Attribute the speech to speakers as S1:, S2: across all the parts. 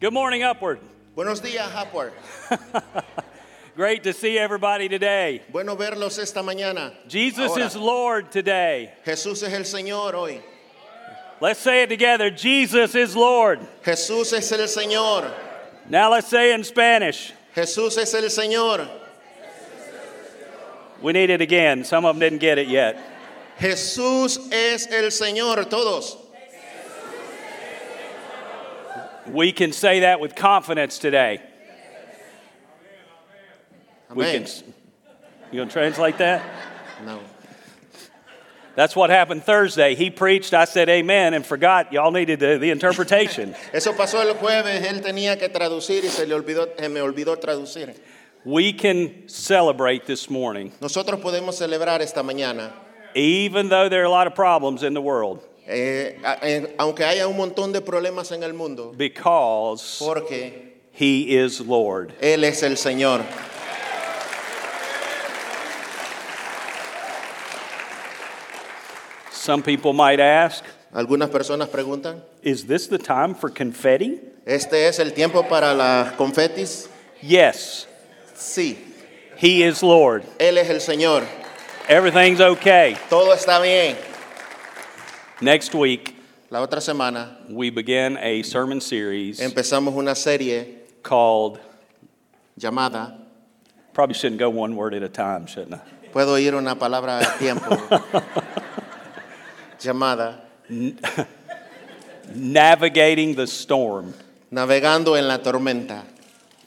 S1: Good morning, Upward.
S2: Buenos días, Upward.
S1: Great to see everybody today.
S2: Bueno verlos esta mañana.
S1: Jesus
S2: Ahora,
S1: is Lord today.
S2: Jesús es el Señor hoy.
S1: Let's say it together Jesus is Lord.
S2: Jesús es el Señor.
S1: Now let's say it in Spanish.
S2: Jesús es el Señor.
S1: We need it again. Some of them didn't get it yet.
S2: Jesús es el Señor. Todos.
S1: We can say that with confidence today. We can.
S2: Amén.
S1: s- You gonna translate that?
S2: No.
S1: That's what happened Thursday. He preached. I said Amen and forgot. Y'all needed the, the interpretation.
S2: Eso pasó el jueves. Él tenía que traducir y se le olvidó, eh, me olvidó traducir.
S1: we can celebrate this morning,
S2: Nosotros podemos celebrar esta mañana.
S1: even though there are a lot of problems in the world,
S2: eh, a- en- aunque haya un montón de problemas en el mundo,
S1: because
S2: porque
S1: He is Lord.
S2: Él es el Señor.
S1: Some people might ask,
S2: Algunas personas preguntan,
S1: is this the time for confetti?
S2: ¿este es el tiempo para las confetis?
S1: Yes,
S2: Sí,
S1: He is Lord.
S2: Él es el Señor.
S1: Everything's okay.
S2: Todo está bien.
S1: Next week,
S2: La otra semana
S1: we begin a sermon series
S2: empezamos una serie
S1: called,
S2: llamada
S1: probably shouldn't go one word at a time, shouldn't I?
S2: Puedo ir una palabra a tiempo. llamada
S1: Navigating the Storm.
S2: Navegando en la tormenta.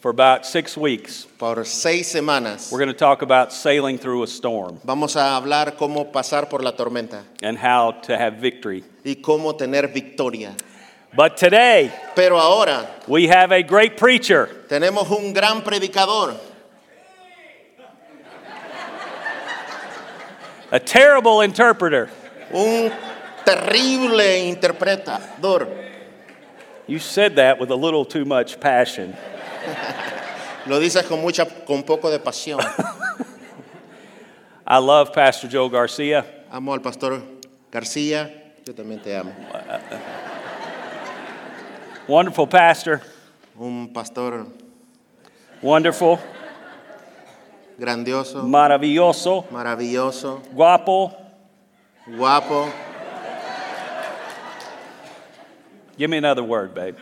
S1: For about six weeks,
S2: Por seis semanas
S1: we're going to talk about sailing through a storm
S2: vamos a hablar cómo pasar por la tormenta
S1: and how to have victory.
S2: y cómo tener victoria.
S1: But today,
S2: Pero ahora
S1: we have a great preacher.
S2: tenemos un gran predicador,
S1: A terrible interpreter.
S2: un terrible interpretador.
S1: You said that with a little too much passion.
S2: Lo dices con mucha, con poco de pasión.
S1: I love Pastor Joe Garcia.
S2: Amo al pastor García. Yo también te amo.
S1: Wonderful pastor.
S2: Un pastor
S1: Wonderful.
S2: grandioso,
S1: Maravilloso.
S2: maravilloso,
S1: Guapo.
S2: guapo.
S1: Give me another word, babe.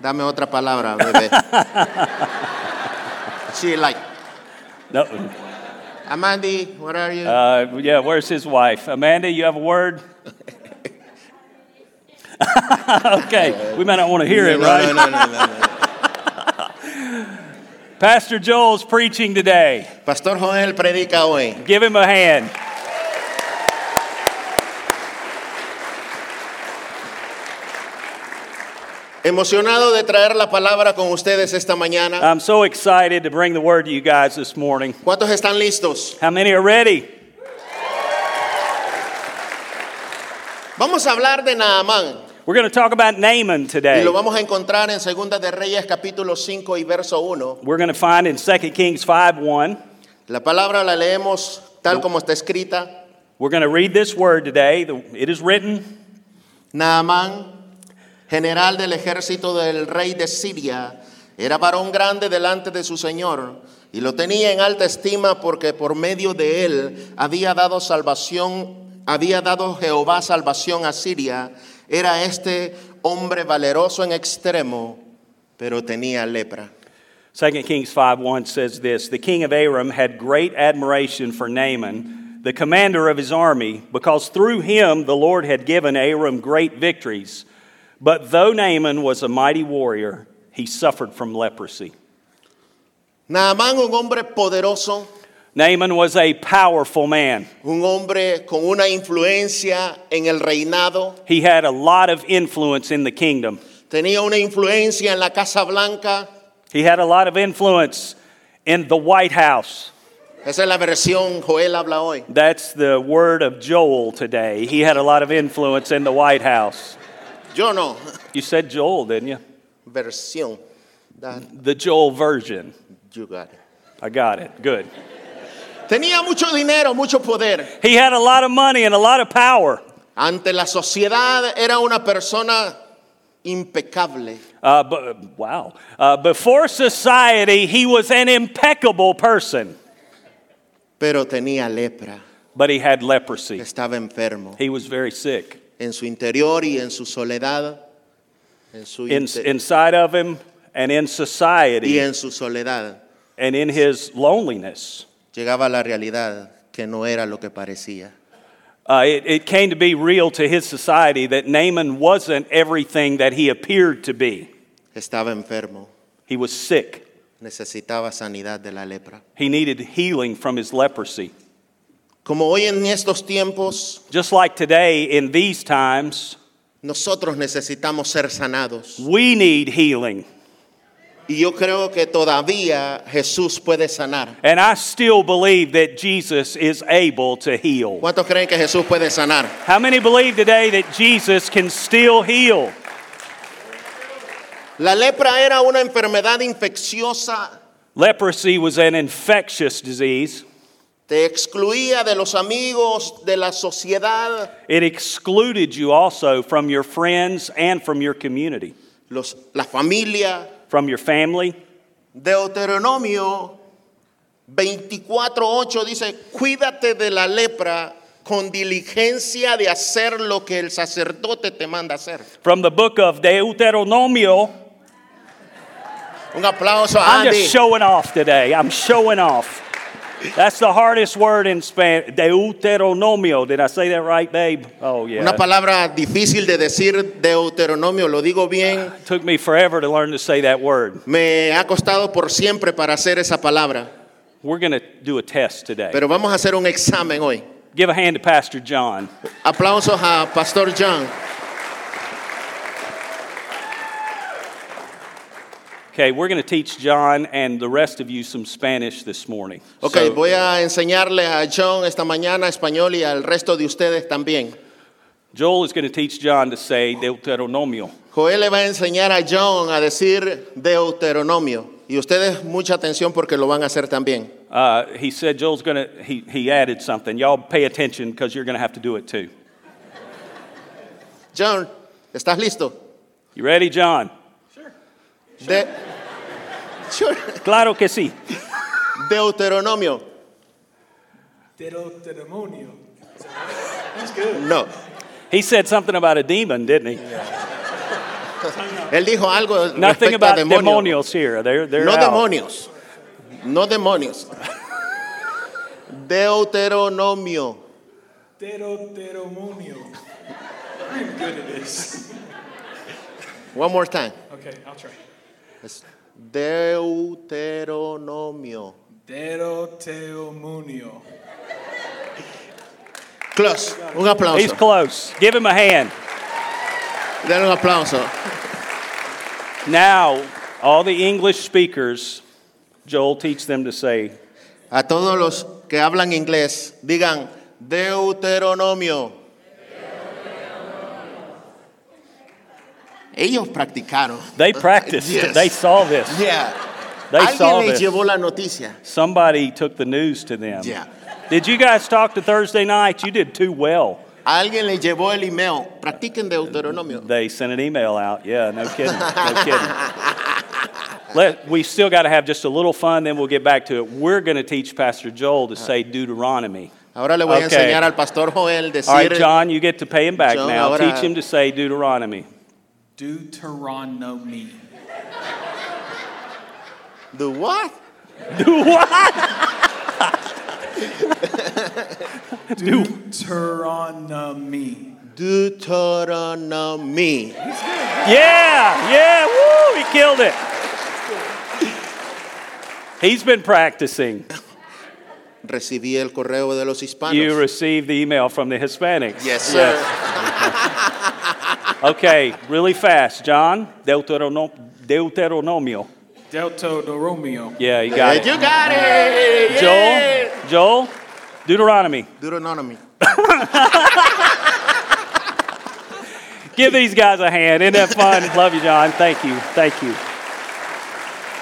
S2: Dame otra palabra, bebé. She like,
S1: No.
S2: Amandi, what are you?
S1: Uh, yeah, where's his wife? Amanda, you have a word? okay, we might not want to hear it,
S2: no,
S1: right?
S2: no, no, no, no, no.
S1: Pastor Joel's preaching today.
S2: Pastor Joel predica hoy.
S1: Give him a hand.
S2: Emocionado de traer la palabra con ustedes esta mañana.
S1: I'm so excited to bring the word to you guys this morning.
S2: ¿Cuántos están listos?
S1: How many are ready?
S2: Vamos a hablar de Naamán
S1: We're going to talk about Naaman
S2: y
S1: today.
S2: lo vamos a encontrar en Segunda de Reyes capítulo 5 y verso 1.
S1: We're going to find in 2 Kings 5 1.
S2: La palabra la leemos tal como está escrita.
S1: We're going to read this word today. The- It is written.
S2: Naamán, general del ejército del rey de Siria, era varón grande delante de su señor y lo tenía en alta estima porque por medio de él había dado salvación, había dado Jehová salvación a Siria. Era este hombre valeroso en extremo, pero tenía lepra.
S1: 2 Kings 5 1 says this The king of Aram had great admiration for Naaman, the commander of his army, because through him the Lord had given Aram great victories. But though Naaman was a mighty warrior, he suffered from leprosy.
S2: Naamán, un hombre poderoso,
S1: Naaman was a powerful man.
S2: un hombre con una influencia en el reinado,
S1: He had a lot of influence in the kingdom.
S2: tenía una influencia en la Casa Blanca.
S1: He had a lot of influence in the White House.
S2: Esa es la versión Joel habla hoy.
S1: That's the word of Joel today. He had a lot of influence in the White House.
S2: Yo no.
S1: You said Joel, didn't you?
S2: Versión. That
S1: The Joel version.
S2: you got it.
S1: I got it. Good.
S2: Tenía mucho dinero, mucho poder.
S1: He had a lot of money and a lot of power.
S2: Ante la sociedad era una persona impecable.
S1: Uh, but, wow. Uh, before society, he was an impeccable person,
S2: pero tenía lepra,
S1: but he had leprosy.
S2: estaba enfermo
S1: He was very sick.
S2: en su interior y en su soledad, en su
S1: In,
S2: inte-
S1: inside of him and in
S2: y
S1: society
S2: en su soledad
S1: and in his loneliness.
S2: llegaba la realidad que no era lo que parecía.
S1: Uh, it, it came to be real to his society that Naaman wasn't everything that he appeared to be.
S2: Estaba enfermo,
S1: He was sick.
S2: necesitaba sanidad de la lepra.
S1: He needed healing from his leprosy.
S2: Como hoy en estos tiempos,
S1: Just like today, in these times,
S2: nosotros necesitamos ser sanados.
S1: we need healing.
S2: Y yo creo que todavía Jesús puede sanar.
S1: And I still believe that Jesus is able to heal.
S2: ¿Cuántos creen que Jesús puede sanar?
S1: How many believe today that Jesus can still heal?
S2: La lepra era una enfermedad infecciosa,
S1: Leprosy was an infectious disease,
S2: te excluía de los amigos, de la sociedad.
S1: it excluded you also from your friends and from your community,
S2: los- la familia.
S1: from your family.
S2: Deuteronomio 24:8 dice, cuídate de la lepra con diligencia de hacer lo que el sacerdote te manda hacer.
S1: From the book of Deuteronomio,
S2: Un aplauso a
S1: I'm
S2: Andy.
S1: just showing off today. I'm showing off. That's the hardest word in Spanish. Deuteronomio. Did I say that right, babe? Oh,
S2: Una
S1: yeah.
S2: palabra difícil de decir, Deuteronomio, lo digo bien.
S1: It took me forever to learn to say that word.
S2: Me ha costado por siempre para hacer esa palabra,
S1: We're going to do a test today.
S2: pero vamos a hacer un examen hoy.
S1: Give a hand to Pastor John.
S2: Aplausos a Pastor John.
S1: Okay, we're going to teach John and the rest of you some Spanish this morning.
S2: Ok,
S1: So,
S2: voy a enseñarle a John esta mañana español y al resto de ustedes también.
S1: Joel is going to teach John to say Deuteronomio.
S2: Joel le va a enseñar a John a decir Deuteronomio. Y ustedes mucha atención porque lo van a hacer también.
S1: Uh, he said Joel's going to, he, he added something. Y'all pay attention because you're going to have to do it too.
S2: John, ¿estás listo?
S1: You ready, John?
S2: De- Sure.
S1: Claro que sí.
S2: Deuteronomio.
S3: Deuteronomio. That's good.
S2: No.
S1: He said something about a demon, didn't he?
S2: Él dijo algo
S1: Nothing
S2: respecto a
S1: about
S2: demonio.
S1: demonios here. They're, they're
S2: No
S1: out.
S2: demonios. No demonios. Deuteronomio.
S3: Deuteronomio. I'm good at this.
S2: One more time.
S3: Okay, I'll try.
S2: Es Deuteronomio.
S3: Deuteronomio.
S2: Close. Un
S1: He's
S2: aplauso.
S1: close. Give him a hand.
S2: Dale un aplauso.
S1: Now, all the English speakers, Joel teach them to say,
S2: A todos los que hablan inglés, digan Deuteronomio. Ellos practicaron.
S1: they practiced.
S2: Uh, Yes.
S1: They saw this.
S2: Yeah.
S1: They saw
S2: Alguien les
S1: this.
S2: llevó la noticia.
S1: Somebody took the news to them.
S2: Yeah.
S1: Did you guys talk to Thursday night? You did too well.
S2: Alguien les llevó el email. Practiquen Deuteronomio.
S1: They sent an email out. Yeah, no kidding. No kidding. Let, we still got to have just a little fun, then we'll get back to it. We're going to teach Pastor Joel to
S2: Uh.
S1: say Deuteronomy.
S2: Ahora le voy a
S1: Ok.
S2: enseñar al pastor Joel decir
S1: All right, John, you get to pay him back
S2: John,
S1: now.
S2: ahora-
S1: Teach him to say Deuteronomy.
S3: Deuteronomy.
S2: the what?
S1: Do what?
S3: Deuteronomy.
S2: Deuteronomy.
S1: Yeah, yeah, woo, he killed it. He's been practicing.
S2: Recibí el correo de los hispanos.
S1: You received the email from the Hispanics.
S2: yes, sir.
S1: Okay, really fast. John, Deuterono- Deuteronomio.
S3: Deuteronomio.
S1: Yeah, you got it.
S2: You got it.
S1: Joel, Joel, Deuteronomy.
S2: Deuteronomy.
S1: Give these guys a hand. Isn't that fun? Love you, John. Thank you. Thank you.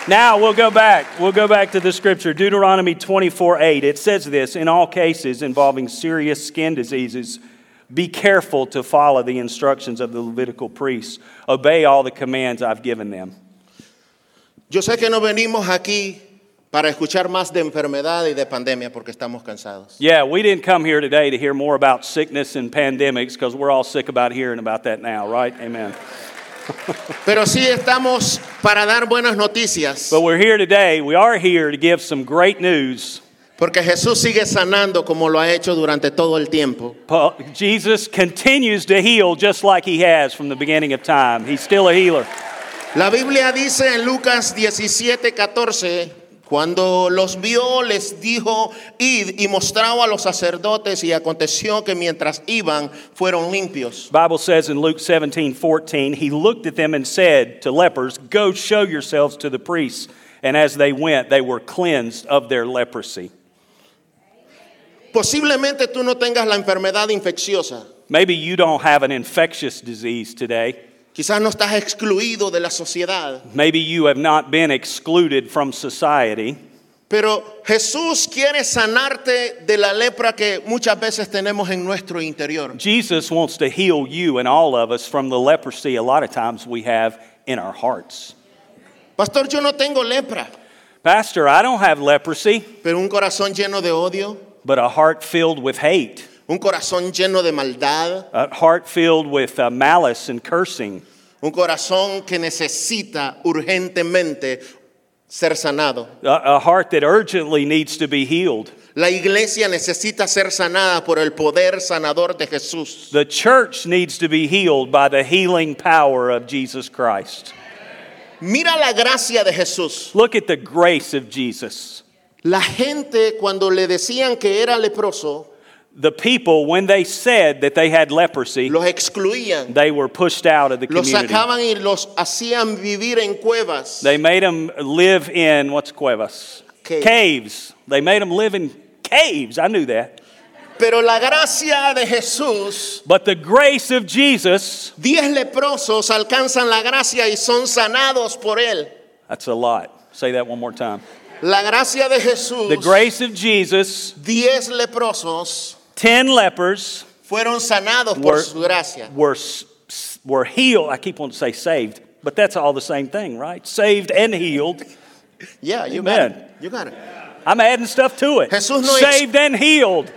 S1: Now we'll go back. We'll go back to the scripture, Deuteronomy 24 8. It says this in all cases involving serious skin diseases, Be careful to follow the instructions of the Levitical priests. Obey all the commands I've given them.
S2: Yo sé que no venimos aquí para escuchar más de enfermedad y de pandemia porque estamos cansados.
S1: Yeah, we didn't come here today to hear more about sickness and pandemics because we're all sick about hearing about that now, right? Amen.
S2: Pero sí estamos para dar buenas noticias
S1: But we're here today. We are here to give some great news.
S2: porque Jesús sigue sanando como lo ha hecho durante todo el tiempo.
S1: Paul- Jesus continues to heal just like he has from the beginning of time. He's still a healer.
S2: La Biblia dice en Lucas 17, 14, cuando los vio les dijo, id y mostraba a los sacerdotes y aconteció que mientras iban fueron limpios.
S1: Bible says in Luke 17, 14, he looked at them and said to lepers, Go show yourselves to the priests. And as they went, they were cleansed of their leprosy.
S2: Posiblemente tú no tengas la enfermedad infecciosa,
S1: Maybe you don't have an infectious disease today.
S2: quizás no estás excluido de la sociedad,
S1: Maybe you have not been excluded from society.
S2: pero Jesús quiere sanarte de la lepra que muchas veces tenemos en nuestro interior.
S1: Jesus wants to heal you and all of us from the leprosy a lot of times we have in our hearts.
S2: Pastor, yo no tengo lepra,
S1: Pastor, I don't have leprosy,
S2: pero un corazón lleno de odio,
S1: but a heart filled with hate,
S2: un corazón lleno de maldad.
S1: a heart filled with uh, malice and cursing,
S2: Un corazón que necesita urgentemente ser sanado.
S1: a, a heart that urgently needs to be healed.
S2: La iglesia necesita ser sanada por el poder sanador de Jesús.
S1: The church needs to be healed by the healing power of Jesus Christ.
S2: Mira la gracia de Jesús.
S1: Look at the grace of Jesus.
S2: La gente cuando le decían que era leproso,
S1: The people, when they said that they had leprosy,
S2: los excluían,
S1: they were pushed out of the
S2: los
S1: community.
S2: sacaban y los hacían vivir en cuevas.
S1: They made them live in what's cuevas?
S2: Cave.
S1: Caves. They made them live in caves. I knew that.
S2: Pero la gracia de Jesús,
S1: But the grace of Jesus,
S2: diez leprosos alcanzan la gracia y son sanados por él.
S1: that's a lot. Say that one more time.
S2: La gracia de Jesús,
S1: The grace of Jesus,
S2: diez leprosos
S1: 10 lepers
S2: fueron sanados por
S1: were,
S2: su gracia.
S1: were, s- s- were healed. I keep wanting to say saved, but that's all the same thing, right? Saved and healed.
S2: Yeah, you
S1: Amen.
S2: got it. You got it.
S1: I'm adding stuff to it.
S2: Jesús no ex-
S1: saved and healed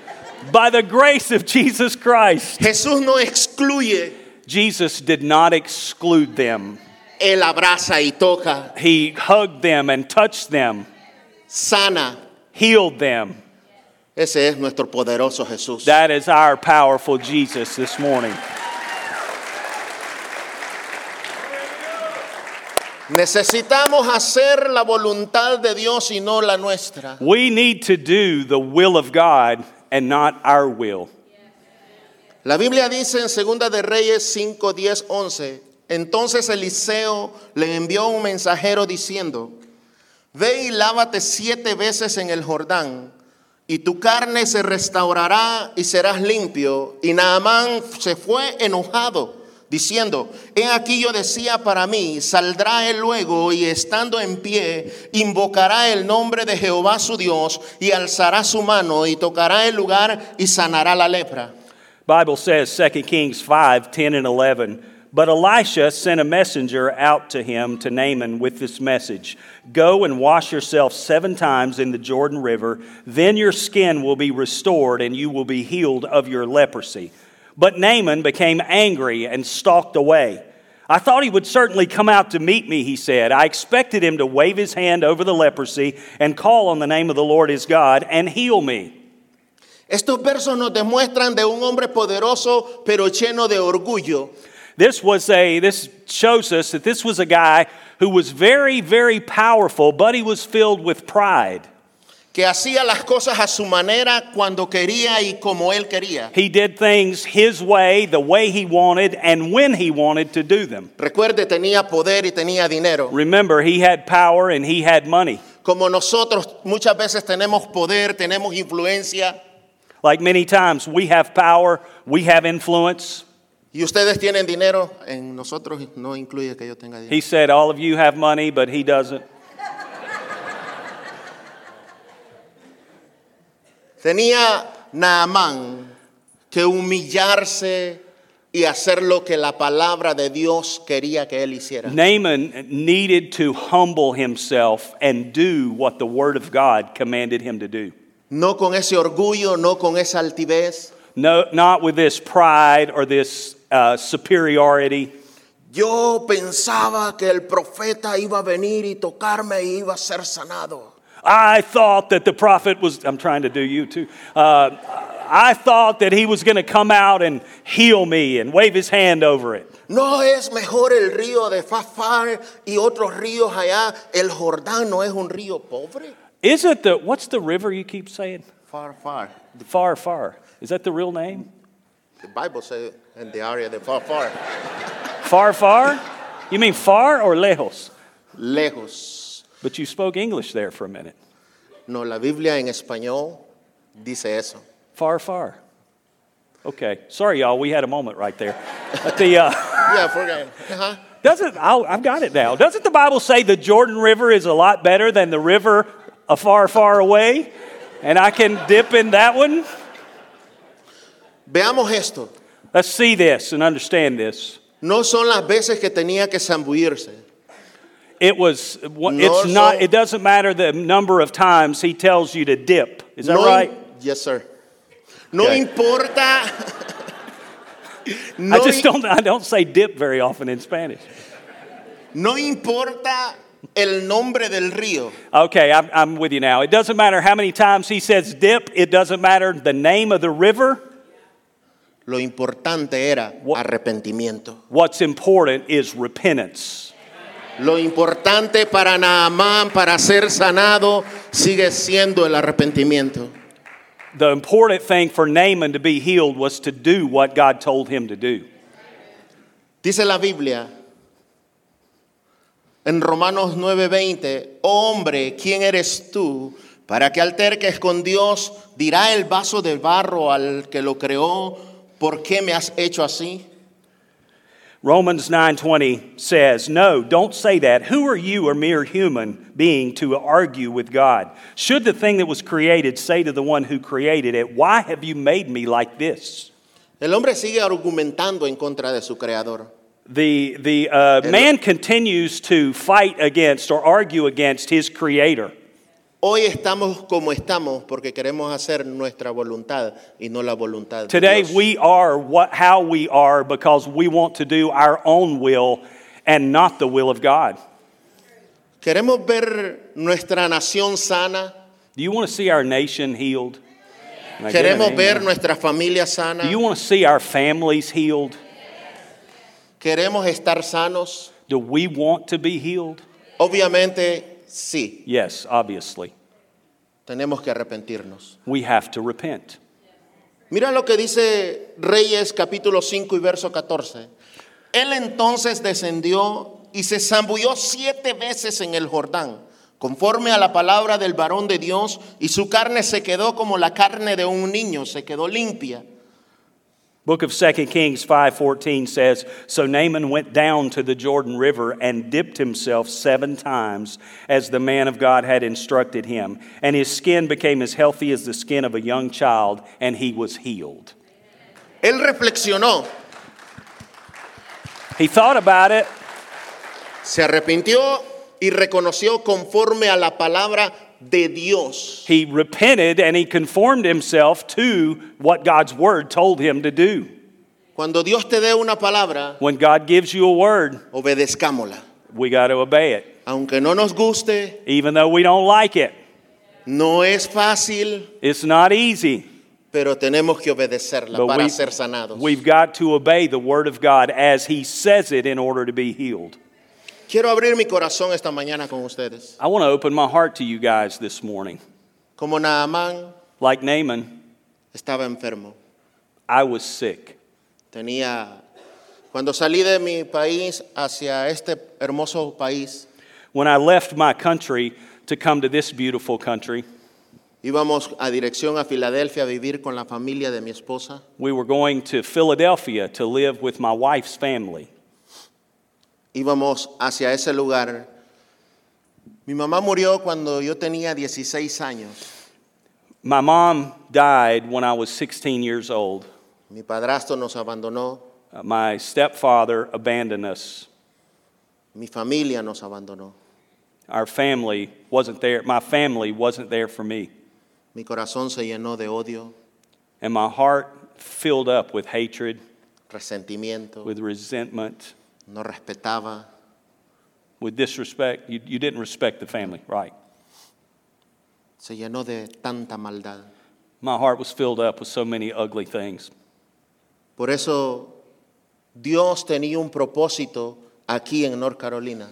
S1: by the grace of Jesus Christ.
S2: Jesús no excluye,
S1: Jesus did not exclude them.
S2: él abraza y toca,
S1: He hugged them and touched them,
S2: sana.
S1: healed them.
S2: Ese es nuestro poderoso Jesús.
S1: That is our powerful Jesus this morning.
S2: Necesitamos hacer la voluntad de Dios y no la nuestra.
S1: We need to do the will of God and not our will.
S2: La Biblia dice en Segunda de Reyes 5, 10, 11, entonces Eliseo le envió un mensajero diciendo, ve y lávate siete veces en el Jordán, y tu carne se restaurará y serás limpio. Y Naamán se fue enojado, diciendo, he aquí yo decía para mí, saldrá él luego y estando en pie, invocará el nombre de Jehová su Dios, y alzará su mano y tocará el lugar y sanará la lepra.
S1: Bible says 2 Kings 5, 10 and 11. But Elisha sent a messenger out to him to Naaman with this message Go and wash yourself seven times in the Jordan River, then your skin will be restored and you will be healed of your leprosy. But Naaman became angry and stalked away. I thought he would certainly come out to meet me, he said. I expected him to wave his hand over the leprosy and call on the name of the Lord his God and heal me.
S2: Estos versos nos demuestran de un hombre poderoso pero lleno de orgullo.
S1: This was a this shows us that this was a guy who was very very powerful, but he was filled with pride.
S2: que hacía las cosas a su manera cuando quería y como él quería.
S1: He did things his way, the way he wanted and when he wanted to do them.
S2: Recuerde, tenía poder y tenía dinero.
S1: Remember, he had power and he had money.
S2: Como nosotros muchas veces tenemos poder, tenemos influencia
S1: Like many times we have power, we have influence.
S2: y ustedes tienen dinero, en nosotros no incluye que yo tenga dinero.
S1: He said all of you have money, but he doesn't.
S2: Tenía Naamán que humillarse y hacer lo que la palabra de Dios quería que él hiciera.
S1: Naaman needed to humble himself and do what the Word of God commanded him to do.
S2: No con ese orgullo, no con esa altivez.
S1: No, not with this pride or this uh, superiority.
S2: Yo pensaba que el profeta iba a venir y tocarme y iba a ser sanado.
S1: I thought that the prophet was, I'm trying to do you too. Uh, I thought that he was going to come out and heal me and wave his hand over it.
S2: No es mejor el río de Fafar y otros ríos allá. El Jordán no es un río pobre.
S1: Is it the, what's the river you keep saying?
S2: Fafar.
S1: Far, far. Is that the real name?
S2: The Bible says in the area de Fafar.
S1: Far, far? You mean far or lejos?
S2: Lejos.
S1: But you spoke English there for a minute.
S2: No, la Biblia en español dice eso.
S1: Far, far. Okay. Sorry, y'all. We had a moment right there. But the, uh,
S2: Yeah, forget. Uh-huh. Ajá.
S1: doesn't, I'll, I've got it now. Doesn't the Bible say the Jordan River is a lot better than the river a far, far away? And I can dip in that one?
S2: Veamos esto.
S1: Let's see this and understand this.
S2: No son las veces que tenía que zambullirse.
S1: It was, wha-
S2: No,
S1: it's
S2: so-
S1: not, it doesn't matter the number of times he tells you to dip. Is that
S2: no,
S1: right?
S2: Yes, sir. No
S1: Okay.
S2: importa.
S1: I
S2: No,
S1: just
S2: i-
S1: don't, I don't say dip very often in Spanish.
S2: no importa el nombre del río.
S1: Okay, I'm, I'm with you now. It doesn't matter how many times he says dip, it doesn't matter the name of the river.
S2: Lo importante era
S1: Wha-
S2: arrepentimiento.
S1: What's important is repentance.
S2: Lo importante para Naamán, para ser sanado, sigue siendo el arrepentimiento.
S1: The important thing for Naaman to be healed was to do what God told him to do.
S2: Dice la Biblia en Romanos 9:20, hombre, ¿quién eres tú para que alterques con Dios? Dirá el vaso de barro al que lo creó, ¿por qué me has hecho así?
S1: Romans 9:20 says, "No, don't say that. Who are you, a mere human being, to argue with God? Should the thing that was created say to the one who created it, why have you made me like this?"
S2: El hombre sigue argumentando en contra de su creador.
S1: The, the uh, man continues to fight against or argue against his creator.
S2: Hoy estamos como estamos porque queremos hacer nuestra voluntad y no la voluntad de
S1: Today
S2: Dios.
S1: we are what, how we are because we want to do our own will and not the will of God.
S2: Queremos ver nuestra nación sana,
S1: Do you want to see our nation healed? Can I get an
S2: queremos
S1: amen?
S2: ver nuestra familia sana,
S1: Do you want to see our families healed?
S2: queremos estar sanos.
S1: Do we want to be healed?
S2: Obviamente, sí,
S1: Yes, obviously.
S2: tenemos que arrepentirnos.
S1: We have to repent.
S2: Mira lo que dice Reyes capítulo 5 y verso 14. Él entonces descendió y se zambulló siete veces en el Jordán, conforme a la palabra del varón de Dios, y su carne se quedó como la carne de un niño, se quedó limpia.
S1: Book of 2 Kings 5:14 says, "So Naaman went down to the Jordan River and dipped himself 7 times as the man of God had instructed him, and his skin became as healthy as the skin of a young child, and he was healed."
S2: Él reflexionó,
S1: He thought about it.
S2: se arrepintió y reconoció conforme a la palabra de Dios.
S1: He repented and he conformed himself to what God's word told him to do.
S2: Cuando Dios te dé una palabra,
S1: When God gives you a word,
S2: obedezcámosla.
S1: we got to obey it.
S2: Aunque no nos guste,
S1: even though we don't like it.
S2: No es fácil,
S1: It's not easy,
S2: pero tenemos que obedecerla
S1: but
S2: para
S1: we,
S2: ser sanados.
S1: we've got to obey the Word of God as He says it in order to be healed.
S2: Quiero abrir mi corazón esta mañana con ustedes.
S1: I want to open my heart to you guys this morning.
S2: Como Naamán
S1: Like Naaman,
S2: estaba enfermo.
S1: I was sick.
S2: Tenía cuando salí de mi país hacia este hermoso país,
S1: When I left my country to come to this beautiful country,
S2: íbamos a dirección a Filadelfia a vivir con la familia de mi esposa.
S1: we were going to Philadelphia to live with my wife's family.
S2: Íbamos hacia ese lugar. Mi mamá murió cuando yo tenía 16 años.
S1: My mom died when I was 16 years old.
S2: Mi padrastro nos abandonó,
S1: Uh, my stepfather abandoned us.
S2: mi familia nos abandonó,
S1: Our family wasn't there. My family wasn't there for me.
S2: mi corazón se llenó de odio,
S1: And my heart filled up with hatred,
S2: resentimiento,
S1: with resentment,
S2: no respetaba,
S1: with disrespect. You, you didn't respect the family, right?
S2: se llenó de tanta maldad.
S1: My heart was filled up with so many ugly things.
S2: Por eso Dios tenía un propósito aquí en North Carolina.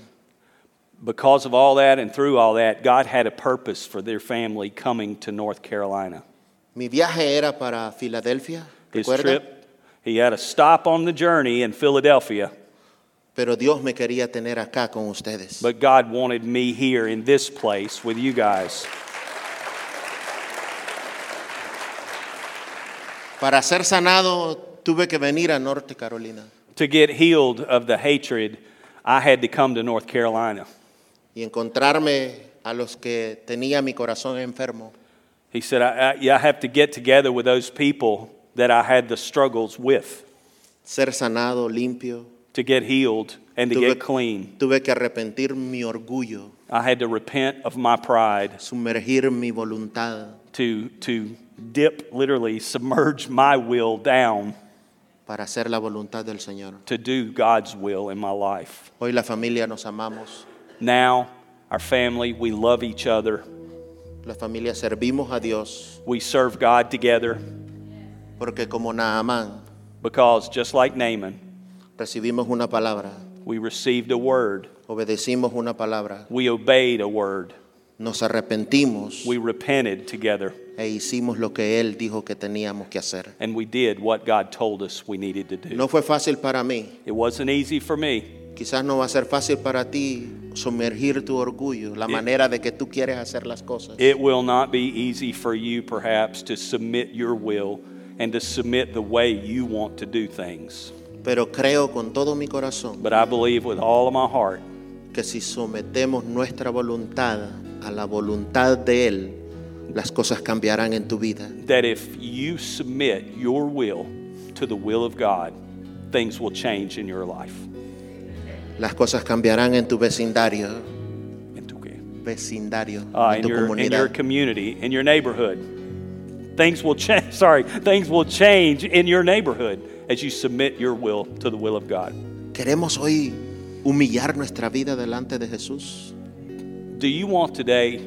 S1: Because of all that and through all that, God had a purpose for their family coming to North Carolina.
S2: Mi viaje era para Filadelfia,
S1: His
S2: ¿recuerda?
S1: trip, he had a stop on the journey in Philadelphia,
S2: Pero Dios me quería tener acá con ustedes.
S1: but God wanted me here in this place with you guys.
S2: Para ser sanado tuve que venir a Norte Carolina
S1: To get healed of the hatred, I had to come to North Carolina.
S2: y encontrarme a los que tenía mi corazón enfermo.
S1: He said, I, I, yeah, I have to get together with those people that I had the struggles with
S2: Ser sanado, limpio.
S1: to get healed and to
S2: Tuve,
S1: get clean.
S2: tuve que arrepentir mi orgullo,
S1: I had to repent of my pride,
S2: sumergir mi voluntad
S1: to, to dip, literally submerge my will down
S2: para hacer la voluntad del Señor.
S1: to do God's will in my life.
S2: Hoy la familia nos amamos,
S1: Now, our family, we love each other.
S2: la familia servimos a Dios,
S1: We serve God together
S2: porque como Naamán
S1: because just like Naaman,
S2: recibimos una palabra,
S1: we received a word,
S2: obedecimos una palabra,
S1: we obeyed a word,
S2: nos arrepentimos
S1: we repented together,
S2: e hicimos lo que Él dijo que teníamos que hacer.
S1: and we did what God told us we needed to do.
S2: No fue fácil para mí,
S1: It wasn't easy for me.
S2: quizás no va a ser fácil para ti sumergir tu orgullo, la manera de que tú quieres hacer las cosas.
S1: It will not be easy for you, perhaps, to submit your will and to submit the way you want to do things.
S2: Pero creo con todo mi corazón
S1: But I believe with all of my heart
S2: que si sometemos nuestra voluntad a la voluntad de Él, las cosas cambiarán en tu vida.
S1: that if you submit your will to the will of God, things will change in your life.
S2: Las cosas cambiarán en tu vecindario,
S1: And okay.
S2: vecindario,
S1: Uh,
S2: en
S1: in,
S2: tu
S1: your, in your
S2: comunidad.
S1: community, in your neighborhood. Things will change. Sorry, things will change in your neighborhood as you submit your will to the will of God.
S2: Queremos hoy humillar nuestra vida delante de Jesús.
S1: Do you want today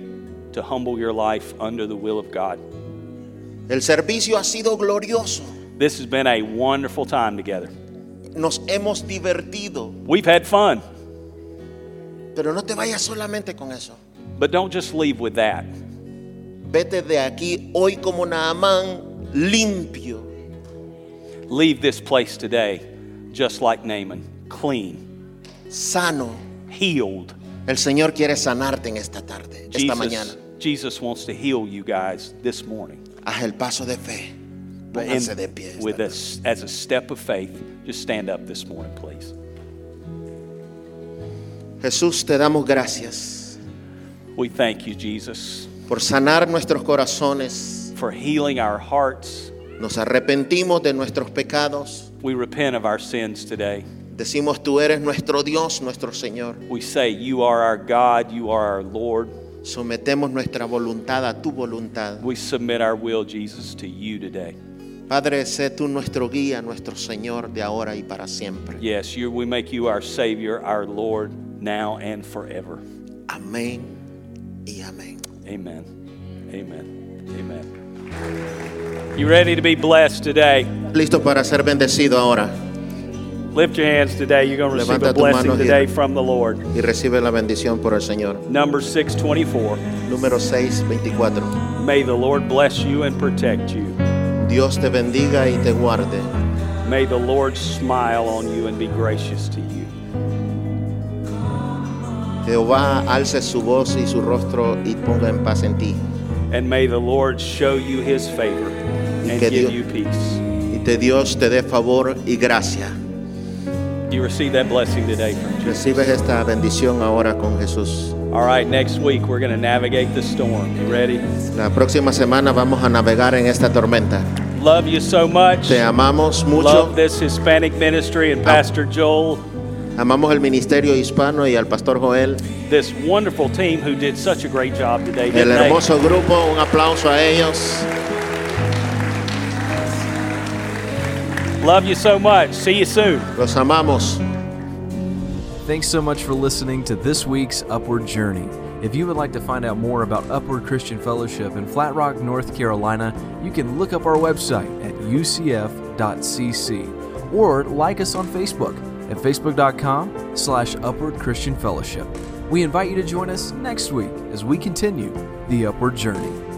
S1: to humble your life under the will of God?
S2: El servicio ha sido glorioso.
S1: This has been a wonderful time together.
S2: Nos hemos divertido,
S1: We've had fun,
S2: pero no te vayas solamente con eso.
S1: but don't just leave with that.
S2: Vete de aquí hoy como Naamán limpio,
S1: Leave this place today just like Naaman, clean,
S2: sano.
S1: healed.
S2: El Señor quiere sanarte en esta tarde, esta mañana.
S1: Jesus, Jesus wants to heal you guys this morning.
S2: Haz el paso de fe. Pónganse de pie. esta
S1: with us as a step of faith, just stand up this morning, please.
S2: Jesús, te damos gracias
S1: We thank you, Jesus,
S2: por sanar nuestros corazones.
S1: for healing our hearts.
S2: Nos arrepentimos de nuestros pecados.
S1: We repent of our sins today.
S2: Decimos, tú eres nuestro Dios, nuestro Señor.
S1: We say, You are our God, you are our Lord.
S2: Sometemos nuestra voluntad a tu voluntad.
S1: We submit our will, Jesus, to you today.
S2: Padre, sé tú nuestro guía, nuestro Señor de ahora y para siempre.
S1: Yes, you, we make you our Savior, our Lord, now and forever.
S2: Amén y amén.
S1: Amen. Amen. Amen. You ready to be blessed today?
S2: Listo para ser bendecido ahora
S1: Lift your hands today. You're going to receive
S2: Levanta
S1: a
S2: tu mano
S1: blessing
S2: here.
S1: today from the Lord.
S2: y recibe la bendición por el Señor.
S1: Number 624.
S2: Número 624.
S1: May the Lord bless you and protect you.
S2: Dios te bendiga y te guarde.
S1: May the Lord smile on you and be gracious to you.
S2: Jehová alce su voz y su rostro y ponga en paz en ti.
S1: And may the Lord show you his favor
S2: Y
S1: and
S2: que
S1: give
S2: Dios-
S1: you peace.
S2: Y te Dios te dé favor y gracia.
S1: You receive that blessing today from Jesus.
S2: Recibes esta bendición ahora con Jesús.
S1: All right, next week we're going to navigate the storm. You ready?
S2: La próxima semana vamos a navegar en esta tormenta.
S1: Love you so much.
S2: Te amamos mucho.
S1: Love this Hispanic ministry and Pastor Joel,
S2: Amamos el ministerio hispano y al pastor Joel.
S1: this wonderful team who did such a great job today.
S2: El
S1: didn't they?
S2: hermoso grupo, un aplauso a ellos.
S1: Love you so much. See you soon.
S2: Los amamos.
S4: Thanks so much for listening to this week's Upward Journey. If you would like to find out more about Upward Christian Fellowship in Flat Rock, North Carolina, you can look up our website at ucf.cc or like us on Facebook at facebook.com slash Upward Christian Fellowship. We invite you to join us next week as we continue the Upward Journey.